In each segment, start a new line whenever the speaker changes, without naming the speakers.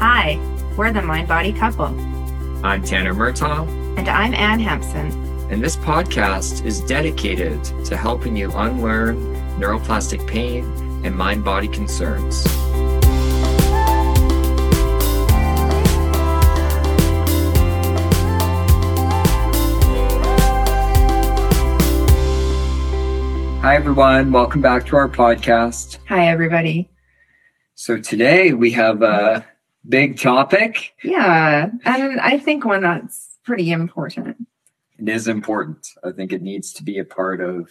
Hi, we're the Mind Body Couple,
I'm Tanner Murtaugh,
and I'm Ann Hampson.
and this podcast is dedicated to helping you unlearn neuroplastic pain and mind body concerns. Hi, everyone. Welcome back to our podcast.
Hi, everybody.
So, today we have a big topic.
Yeah, and I think one that's pretty important.
it is important. I think it needs to be a part of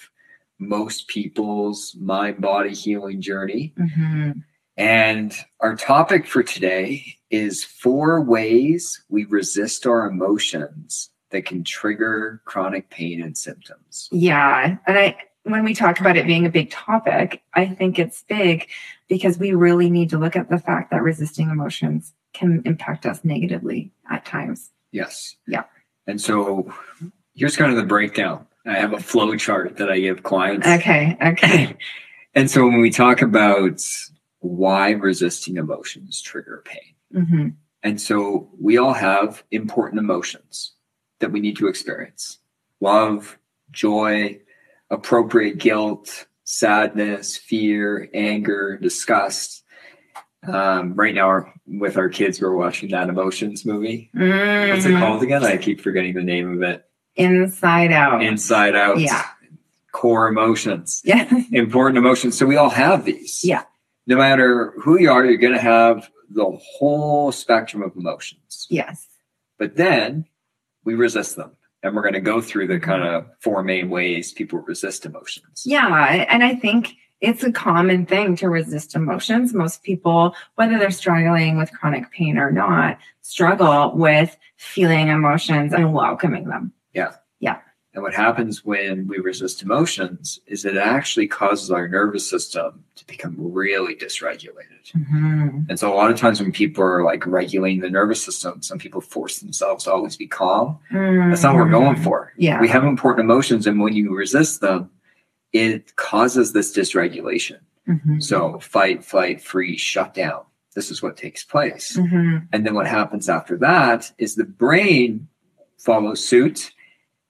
most people's mind body healing journey.
Mm-hmm.
And our topic for today is four ways we resist our emotions that can trigger chronic pain and symptoms.
Yeah, and I when we talk about it being a big topic, I think it's big because we really need to look at the fact that resisting emotions can impact us negatively at times.
Yes.
Yeah.
And so here's kind of the breakdown. I have a flow chart that I give clients.
Okay, okay.
And so when we talk about why resisting emotions trigger pain,
Mm-hmm.
And so we all have important emotions that we need to experience love, joy, appropriate guilt, sadness, fear, anger, disgust. Um, right now, our, with our kids, we're watching that emotions movie.
Mm-hmm.
What's it called again? I keep forgetting the name of it.
Inside Out.
Inside Out.
Yeah.
Core emotions,
yeah.
important emotions. So we all have these.
Yeah.
No matter who you are, you're going to have the whole spectrum of emotions.
yes.
But then we resist them. And we're going to go through the kind of four main ways people resist emotions.
Yeah. And I think it's a common thing to resist emotions. Most people, whether they're struggling with chronic pain or not, struggle with feeling emotions and welcoming them.
And what happens when we resist emotions is it actually causes our nervous system to become really dysregulated. And so, a lot of times when people are like regulating the nervous system, some people force themselves to always be calm. That's not what we're going for.
Mm-hmm. Yeah.
We have important emotions, and when you resist them, it causes this dysregulation.
Mhm.
So, fight, flight, freeze, shut down. This is what takes place.
Mhm.
And then what happens after that is the brain follows suit.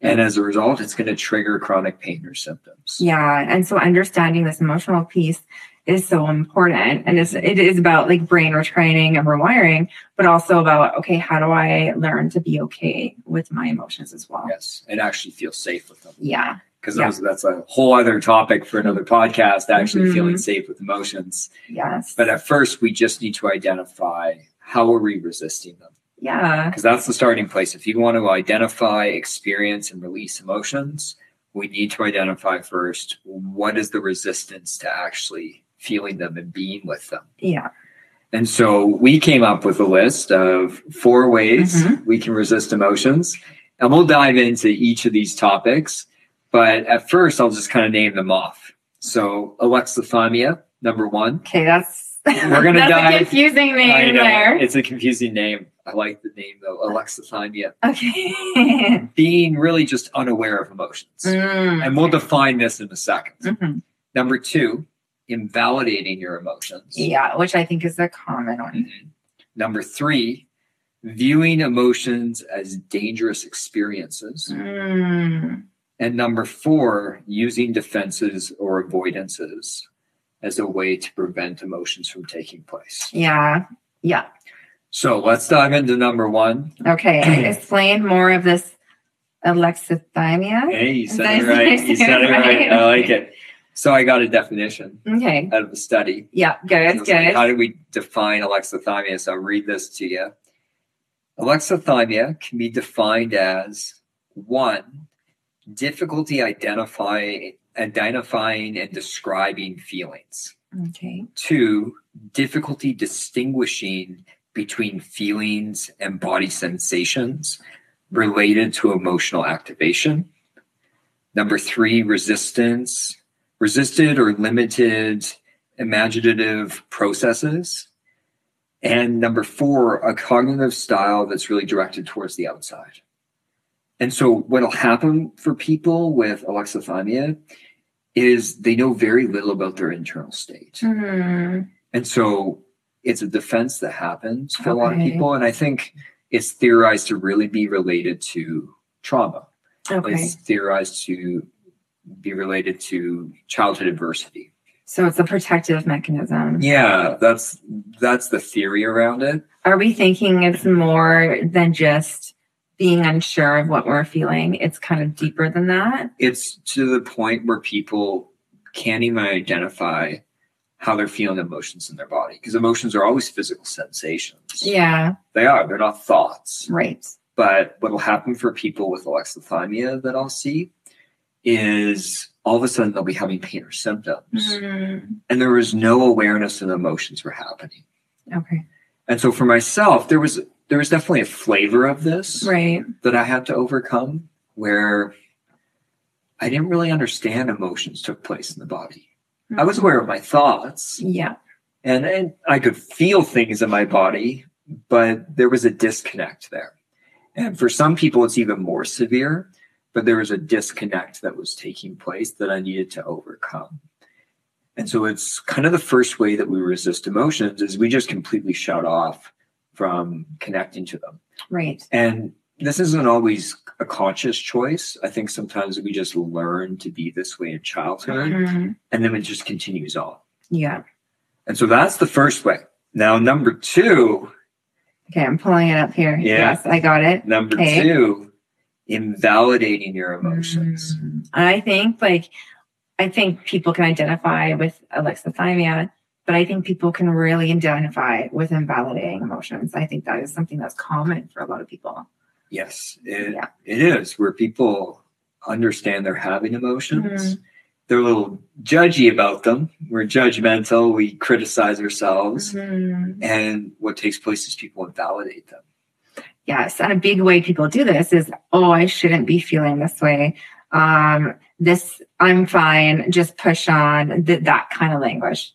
And as a result, it's going to trigger chronic pain or symptoms.
Yeah. And so understanding this emotional piece is so important. And it's, it is about like brain retraining and rewiring, but also about, okay, how do I learn to be okay with my emotions as well?
Yes. And actually feel safe with them.
Yeah.
Because
Yeah.
those that's a whole other topic for another podcast, actually
Mhm.
feeling safe with emotions.
Yes.
But uh, at first, we just need to identify how are we resisting them?
yeah.
Because that's the starting place. If you want to identify, experience, and release emotions, we need to identify first what is the resistance to actually feeling them and being with them.
Yeah.
And so we came up with a list of four ways
Mhm.
we can resist emotions. And we'll dive into each of these topics. But at first, I'll just kind of name them off. So, alexithymia, number one.
Okay, that's
We're gonna
that's
dive-
a confusing
I
name
know,
there.
It's a confusing name. I like the name though, alexithymia.
Okay.
Being really just unaware of emotions.
Mm.
And we'll define this in a second.
Mhm.
Number two, invalidating your emotions.
Yeah, which I think is a common one.
Mhm. Number three, viewing emotions as dangerous experiences.
Mm.
And number four, using defenses or avoidances as a way to prevent emotions from taking place.
Yeah. Yeah.
So let's dive into number one.
Okay. Explain more of this alexithymia.
Hey, you said
Nice.
it right. You said it right. I like it. So I got a definition
Okay.
out of a study.
Yeah, good,
So it's like, How
good.
do we define alexithymia? So I'll read this to you. Alexithymia can be defined as one, difficulty identify, identifying and describing feelings.
Okay.
Two, difficulty distinguishing between feelings and body sensations related to emotional activation. Number three, resistance, resisted or limited imaginative processes. And number four, a cognitive style that's really directed towards the outside. And so, what'll happen for people with alexithymia is they know very little about their internal state.
Mm.
And so it's a defense that happens for a lot of
Okay.
people. And I think it's theorized to really be related to trauma.
Okay.
It's theorized to be related to childhood adversity.
So it's a protective mechanism.
Yeah, that's that's the theory around it.
Are we thinking it's more than just being unsure of what we're feeling? It's kind of deeper than that.
It's to the point where people can't even identify how they're feeling emotions in their body because emotions are always physical sensations.
Yeah.
They are, they're not thoughts.
Right.
But what will happen for people with alexithymia that I'll see is all of a sudden they'll be having pain or symptoms,
Mm,
and there was no awareness that emotions were happening.
Okay.
And so for myself, there was there was definitely a flavor of this
Right.
that I had to overcome where I didn't really understand emotions took place in the body. I was aware of my thoughts
Yeah.
and, and I could feel things in my body, but there was a disconnect there. And for some people, it's even more severe, but there was a disconnect that was taking place that I needed to overcome. And so it's kind of the first way that we resist emotions is we just completely shut off from connecting to them.
Right.
And this isn't always a conscious choice. I think sometimes we just learn to be this way in childhood
Mhm.
and then it just continues on.
Yeah.
And so that's the first way. Now, number two,
Okay. I'm pulling it up here.
Yeah.
Yes. I got it.
number
Okay.
two, invalidating your emotions.
Mm. I think like I think people can identify with alexithymia, but I think people can really identify with invalidating emotions. I think that is something that's common for a lot of people.
Yes, it,
Yeah.
it is where people understand they're having emotions.
Mm-hmm.
They're a little judgy about them. We're judgmental. We criticize ourselves. Mm-hmm.
Mhm.
And what takes place is people invalidate them.
Yes, and a big way people do this is, oh, I shouldn't be feeling this way. Um, this I'm fine. Just push on. Th- that kind of language.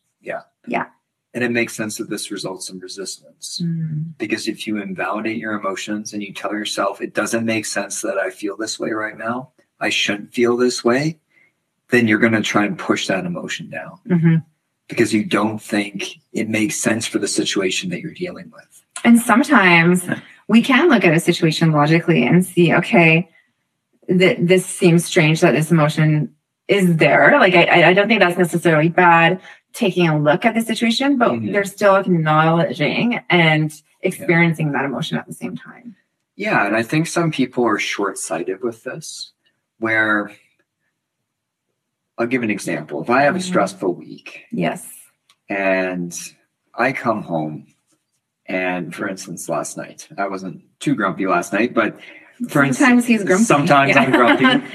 And it makes sense that this results in resistance. Because if you invalidate your emotions and you tell yourself, it doesn't make sense that I feel this way right now, I shouldn't feel this way, then you're going to try and push that emotion down
Mhm.
because you don't think it makes sense for the situation that you're dealing with.
And sometimes we can look at a situation logically and see, okay, that this seems strange that this emotion is there. Like I, I- I don't think that's necessarily bad taking a look at the situation, but
Mhm.
they're still acknowledging and experiencing that emotion at the same time.
Yeah. And I think some people are short sighted with this, where I'll give an example. If I have a
Mhm.
stressful week
Yes.
and I come home, and for instance, last night I wasn't too grumpy last night, but for instance,
sometimes he's grumpy.
sometimes
Yeah.
I'm grumpy.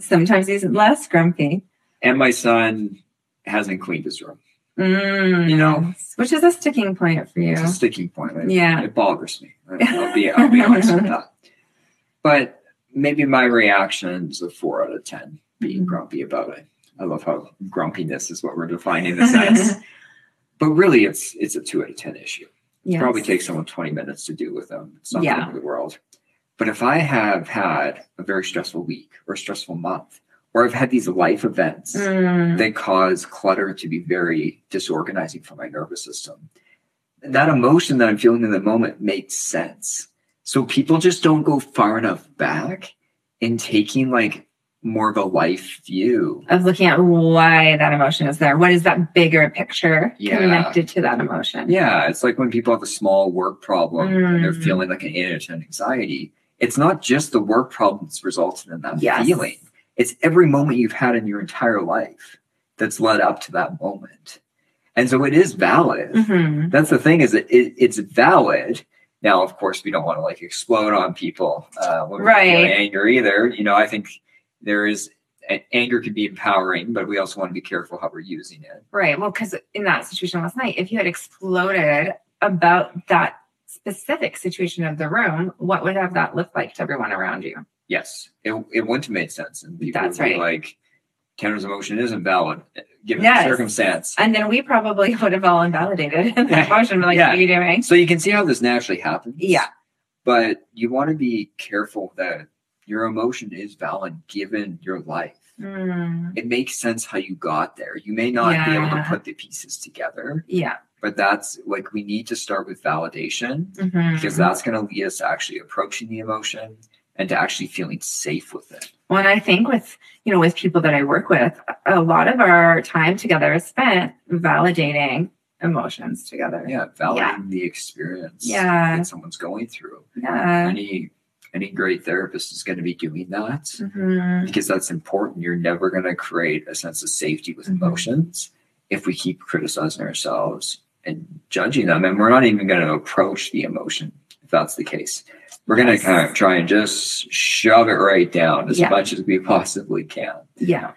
sometimes he's less grumpy.
and my son hasn't cleaned his room.
Mm,
You know.
which is a sticking point for you.
It's a sticking point. It,
Yeah.
it bothers me. I'll be I'll be honest with that. But maybe my reaction is a four out of ten being
Mhm.
grumpy about it. I love how grumpiness is what we're defining this as. but really, it's it's a two out of ten issue.
Yes.
probably takes someone 20 minutes to do with them. It's not the
Yeah.
end of the world. But if I have had a very stressful week or a stressful month, or I've had these life events
Mm,
that cause clutter to be very disorganizing for my nervous system, that emotion that I'm feeling in the moment makes sense. So people just don't go far enough back in taking like more of a life view
of looking at why that emotion is there. What is that bigger picture
Yeah.
connected to that emotion?
Yeah, it's like when people have a small work problem and they're
Mm.
feeling like an itch and anxiety. It's not just the work problem that's resulted in that
Yes.
feeling. It's every moment you've had in your entire life that's led up to that moment. And so it is valid.
Mhm.
That's the thing is that it, it's valid. Now, of course, we don't want to like explode on people uh, when we're feeling
Right.
anger either. You know, I think there is a- anger can be empowering, but we also want to be careful how we're using it.
Right. Well, because in that situation last night, if you had exploded about that specific situation of the room, what would have that looked like to everyone around you?
Yes, it, it wouldn't have made sense. And people
That's
would be
right.
like, Tanner's emotion isn't valid given
Yes.
the circumstance.
And then we probably would have all invalidated that emotion. Like,
Yeah.
what are you doing?
So you can see how this naturally happens.
Yeah.
But you want to be careful that your emotion is valid given your life.
Mm,
It makes sense how you got there. You may not be able to
Yeah.
put the pieces together,
Yeah.
but that's like we need to start with validation
Mhm.
because that's going to lead us to actually approaching the emotion and to actually feeling safe with it.
Well, and I think with you know with people that I work with, a lot of our time together is spent validating emotions together.
Yeah, validating the experience
Yeah.
that someone's going through.
Yeah.
Any any great therapist is going to be doing that
Mhm.
because that's important. You're never going to create a sense of safety with
Mhm.
emotions if we keep criticizing ourselves and judging them, and we're not even going to approach the emotion if that's the case. We're going to
Yes.
kind of try and just shove it right down as
Yeah.
much as we possibly can.
Yeah.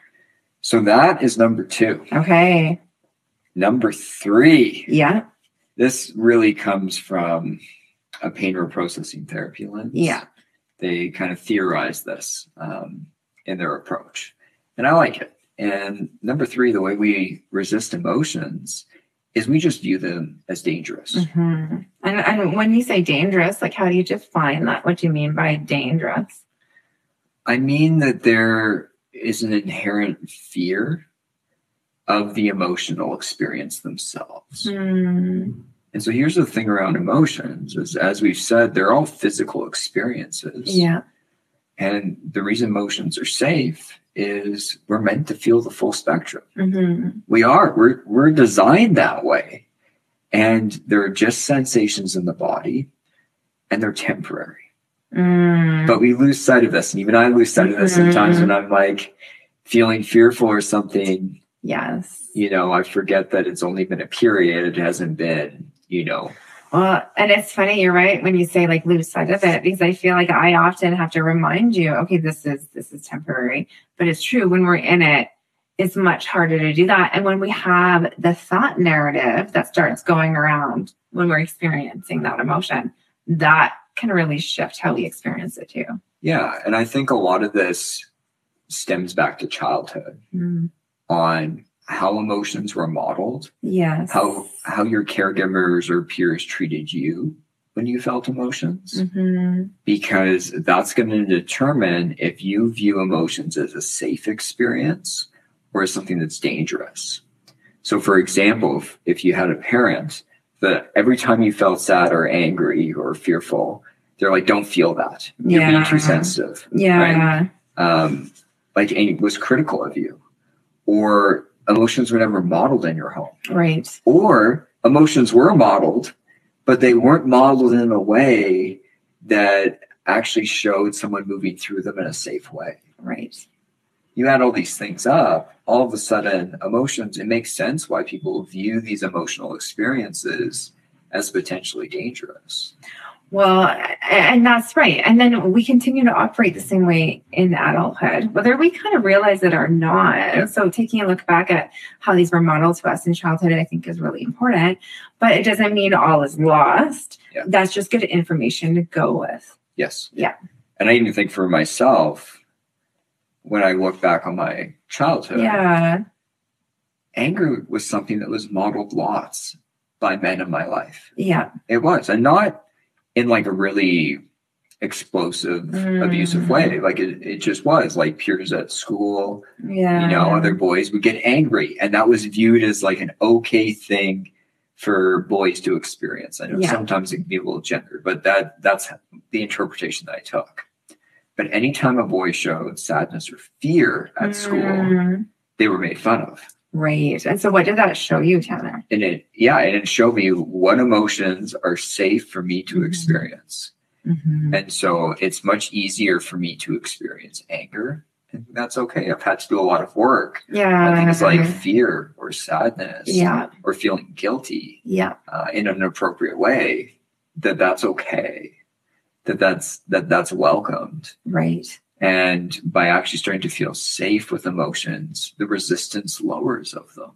So that is number two.
Okay.
Number three,
Yeah.
this really comes from a pain reprocessing therapy lens.
Yeah.
They kind of theorize this um, in their approach. And I like it. And number three, the way we resist emotions is we just view them as dangerous.
Mhm. And and when you say dangerous, like how do you define that? What do you mean by dangerous?
I mean that there is an inherent fear of the emotional experience themselves.
Mm.
And so here's the thing around emotions is as we've said, they're all physical experiences.
Yeah.
And the reason emotions are safe is we're meant to feel the full spectrum.
hmm
We are. We're we're designed that way. And they're just sensations in the body and they're temporary.
Mm.
But we lose sight of this. And even I lose sight of this sometimes when I'm like feeling fearful or something,
Yes.
you know, I forget that it's only been a period. It hasn't been, you know,
Well, and it's funny, you're right when you say like lose sight of it, because I feel like I often have to remind you, okay, this is this is temporary. But it's true when we're in it, it's much harder to do that. And when we have the thought narrative that starts going around when we're experiencing that emotion, that can really shift how we experience it too.
Yeah, and I think a lot of this stems back to childhood
Mm.
on how emotions were modeled,
Yes.
how how your caregivers or peers treated you when you felt emotions,
hmm
because that's going to determine if you view emotions as a safe experience or as something that's dangerous. So, for example, if, if you had a parent that every time you felt sad or angry or fearful, they're like, "Don't feel that. You're being
Yeah.
too sensitive."
Yeah.
um, like and was critical of you, or emotions were never modeled in your home,
Right.
or emotions were modeled, but they weren't modeled in a way that actually showed someone moving through them in a safe way.
Right.
You add all these things up, all of a sudden, emotions, it makes sense why people view these emotional experiences as potentially dangerous.
Well, a- and that's right. And then we continue to operate the same way in adulthood, whether we kind of realize it or not. So, taking a look back at how these were modeled to us in childhood, I think is really important. But it doesn't mean all is lost.
Yeah.
That's just good information to go with.
Yes.
Yeah.
And I even think for myself, when I look back on my childhood,
Yeah.
anger was something that was modeled lots by men in my life.
Yeah.
It was, and not in like a really explosive,
Mm.
abusive way. Like it, it just was like peers at school,
Yeah.
you know, other boys would get angry, and that was viewed as like an okay thing for boys to experience. I know
Yeah.
sometimes it can be a little gendered, but that that's the interpretation that I took. But anytime a boy showed sadness or fear at school,
Mm,
they were made fun of.
Right. And so, what did that show you, Tanner?
and it yeah and it showed me what emotions are safe for me to
Mhm.
experience
Mm-hmm.
and so it's much easier for me to experience anger and that's okay i've had to do a lot of work
Yeah.
on things like fear or sadness
yeah.
or feeling guilty
Yeah.
uh, in an appropriate way that that's okay that that's that that's welcomed
Right.
and by actually starting to feel safe with emotions the resistance lowers of them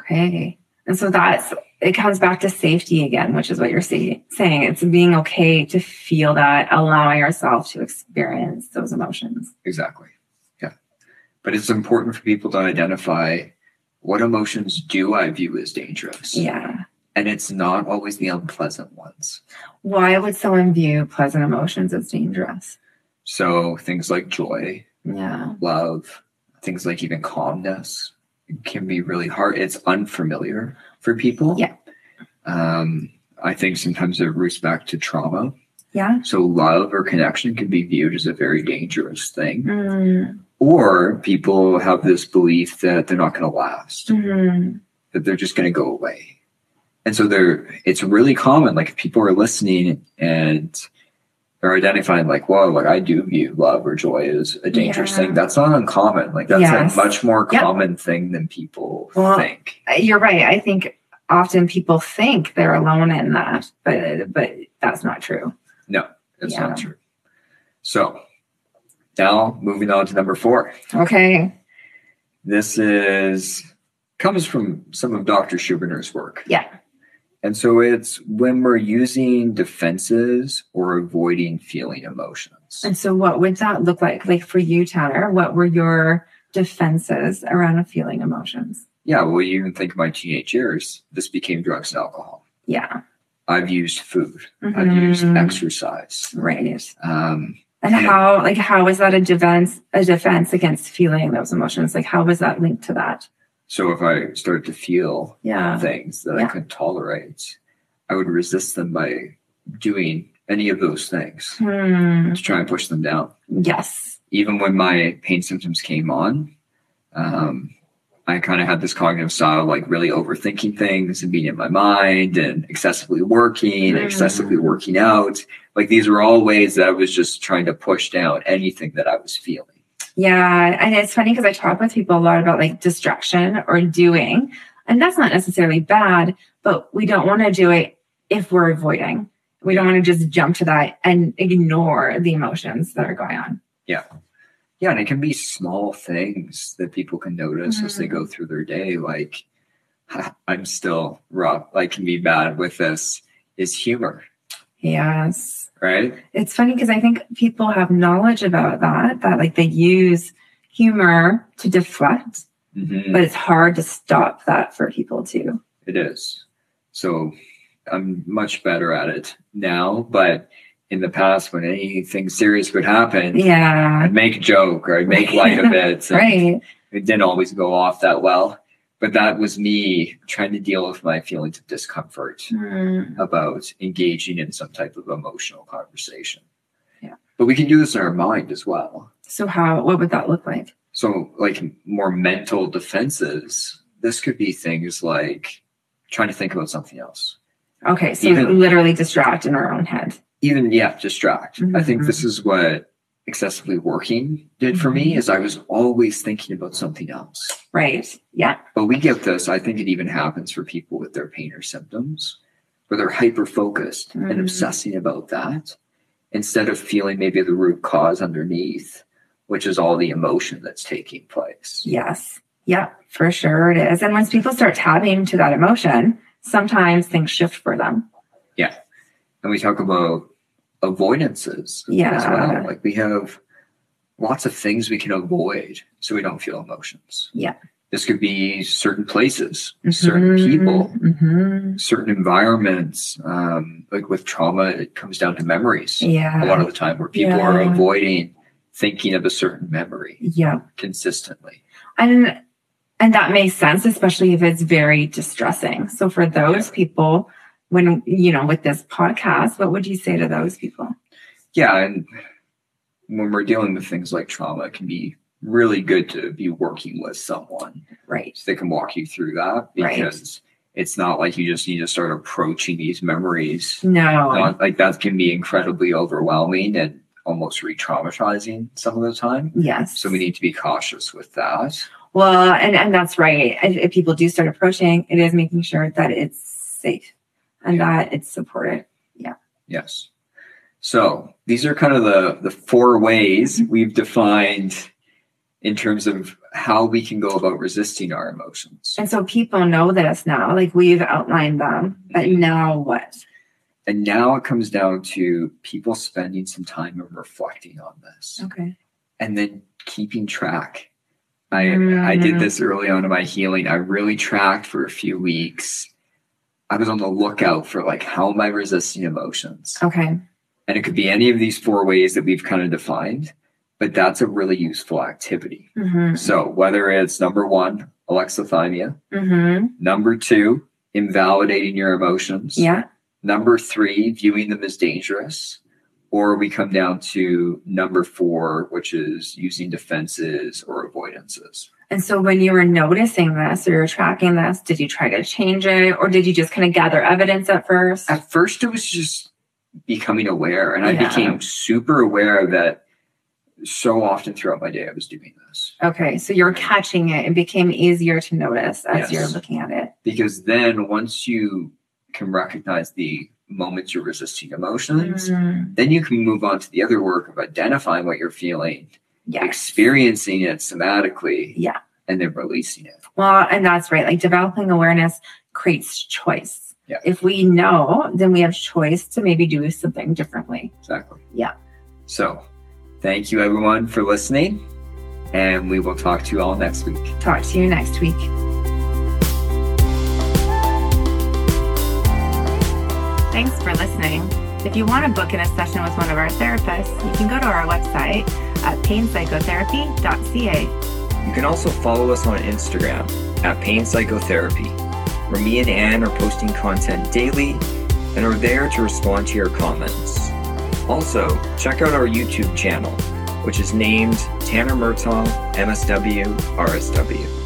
Okay. And so that's it comes back to safety again, which is what you're say, saying. It's being okay to feel that, allowing ourselves to experience those emotions.
Exactly. Yeah. But it's important for people to identify what emotions do I view as dangerous?
Yeah.
And it's not always the unpleasant ones.
Why would someone view pleasant emotions as dangerous?
So things like joy,
Yeah.
love, things like even calmness can be really hard. It's unfamiliar for people.
Yeah.
Um, I think sometimes it roots back to trauma.
Yeah.
So love or connection can be viewed as a very dangerous thing.
Mm,
Or people have this belief that they're not going to last,
mhm.
that they're just going to go away. And so they're, it's really common. Like if people are listening and are identifying like, whoa, like I do view love or joy as a dangerous
Yeah.
thing. That's not uncommon. Like that's
Yes.
a much more
Yep.
common thing than people
Well,
think.
You're right. I think often people think they're alone in that, but but that's not true.
It's
Yeah.
not true. So now moving on to number four.
Okay.
This is comes from some of Dr. Schubiner's work.
Yeah.
And so it's when we're using defenses or avoiding feeling emotions.
And so, what would that look like? Like for you, Tanner, what were your defenses around feeling emotions?
Yeah, well, you even think of my teenage years, this became drugs and alcohol.
Yeah.
I've used food, I've
Mhm.
used exercise.
Right.
Um,
And
Yeah.
how, like, how is that a defense, a defense against feeling those emotions? Like, how was that linked to that?
so if I started to feel
Yeah.
things that I
Yeah.
couldn't tolerate, I would resist them by doing any of those things
Hmm.
to try and push them down.
Yes.
Even when my pain symptoms came on, um, I kind of had this cognitive style, of, like really overthinking things and being in my mind and excessively working, and
Mm.
excessively working out. Like these were all ways that I was just trying to push down anything that I was feeling.
Yeah. And it's funny because I talk with people a lot about like distraction or doing, and that's not necessarily bad, but we don't want to do it if we're avoiding. We don't want to just jump to that and ignore the emotions that are going on.
Yeah, and it can be small things that people can notice as they
Mhm.
go through their day. Like, I'm still rough. Like, can be bad with this is humor,
Yes.
right?
it's funny because I think people have knowledge about that, that like they use humor to deflect,
Mhm,
but it's hard to stop that for people too.
It is. So, I'm much better at it now. But in the past, when anything serious would happen,
Yeah.
I'd make a joke or I'd make light of it. and
Right.
It didn't always go off that well. But that was me trying to deal with my feelings of discomfort.
Mm,
about engaging in some type of emotional conversation.
Yeah.
But we can do this in our mind as well.
So how what would that look like?
So, like more mental defenses, this could be things like trying to think about something else.
Okay, so
Even-
literally distract in our own head.
Even, yeah, distract. I think
Mhm.
this is what excessively working did for me
Mhm.
is I was always thinking about something else.
Right. Yeah.
But we get this, I think it even happens for people with their pain or symptoms, where they're hyper focused and
Mhm.
obsessing about that instead of feeling maybe the root cause underneath, which is all the emotion that's taking place.
Yes. Yeah, for sure it is. And once people start tapping to that emotion, sometimes things shift for them.
And we talk about avoidances as
Yeah.
well. Like we have lots of things we can avoid so we don't feel emotions.
Yeah. Mm-hmm.
This could be certain places, certain people,
hmm
certain environments. Um, like with trauma, it comes down to memories.
Yeah.
a lot of the time where people are
Yeah.
avoiding thinking of a certain memory
yeah.
consistently.
and and that makes sense especially if it's very distressing so for those people when you know with this podcast what would you say to those people
Yeah, and when we're dealing with things like trauma, it can be really good to be working with someone
right
so they can walk you through that
Right.
because it's not like you just need to start approaching these memories.
no
Not- like that can be incredibly overwhelming and almost re-traumatizing some of the time.
yes
So we need to be cautious with that.
well and and that's right if, if people do start approaching it is making sure that it's safe and that it's supported
Yes. So these are kind of the, the four ways we've defined in terms of how we can go about resisting our emotions.
and so people know this now like we've outlined them but now what
And now it comes down to people spending some time and reflecting on this
okay
and then keeping track. I
Mm.
I did this early on in my healing. I really tracked for a few weeks. I was on the lookout for like how am I resisting emotions?
okay
And it could be any of these four ways that we've kind of defined, but that's a really useful activity.
mm-hmm.
So, whether it's number one, alexithymia,
Mm-hmm.
number two, invalidating your emotions.
Yeah.
Number three, viewing them as dangerous. Or we come down to number four, which is using defenses or avoidances.
And so when you were noticing this or you're tracking this, did you try to change it or did you just kind of gather evidence at first?
At first, it was just becoming aware, and I
Yeah.
became super aware that so often throughout my day I was doing this.
Okay, so you're catching it. It became easier to notice as
Yes.
you're looking at it.
Because then, once you can recognize the moments you're resisting emotions,
Mm,
then you can move on to the other work of identifying what you're feeling,
yeah.
experiencing it somatically,
Yeah.
and then releasing it.
Well, and that's right. Like developing awareness creates choice.
Yeah.
If we know, then we have choice to maybe do something differently.
Exactly.
Yeah.
So, thank you everyone for listening, and we will talk to you all next week.
Talk to you next week. Thanks for listening. If you want to book in a session with one of our therapists, you can go to our website at painpsychotherapy.ca.
You can also follow us on Instagram at Pain Psychotherapy, where me and Anne are posting content daily and are there to respond to your comments. Also, check out our YouTube channel, which is named Tanner Murtaugh MSW RSW.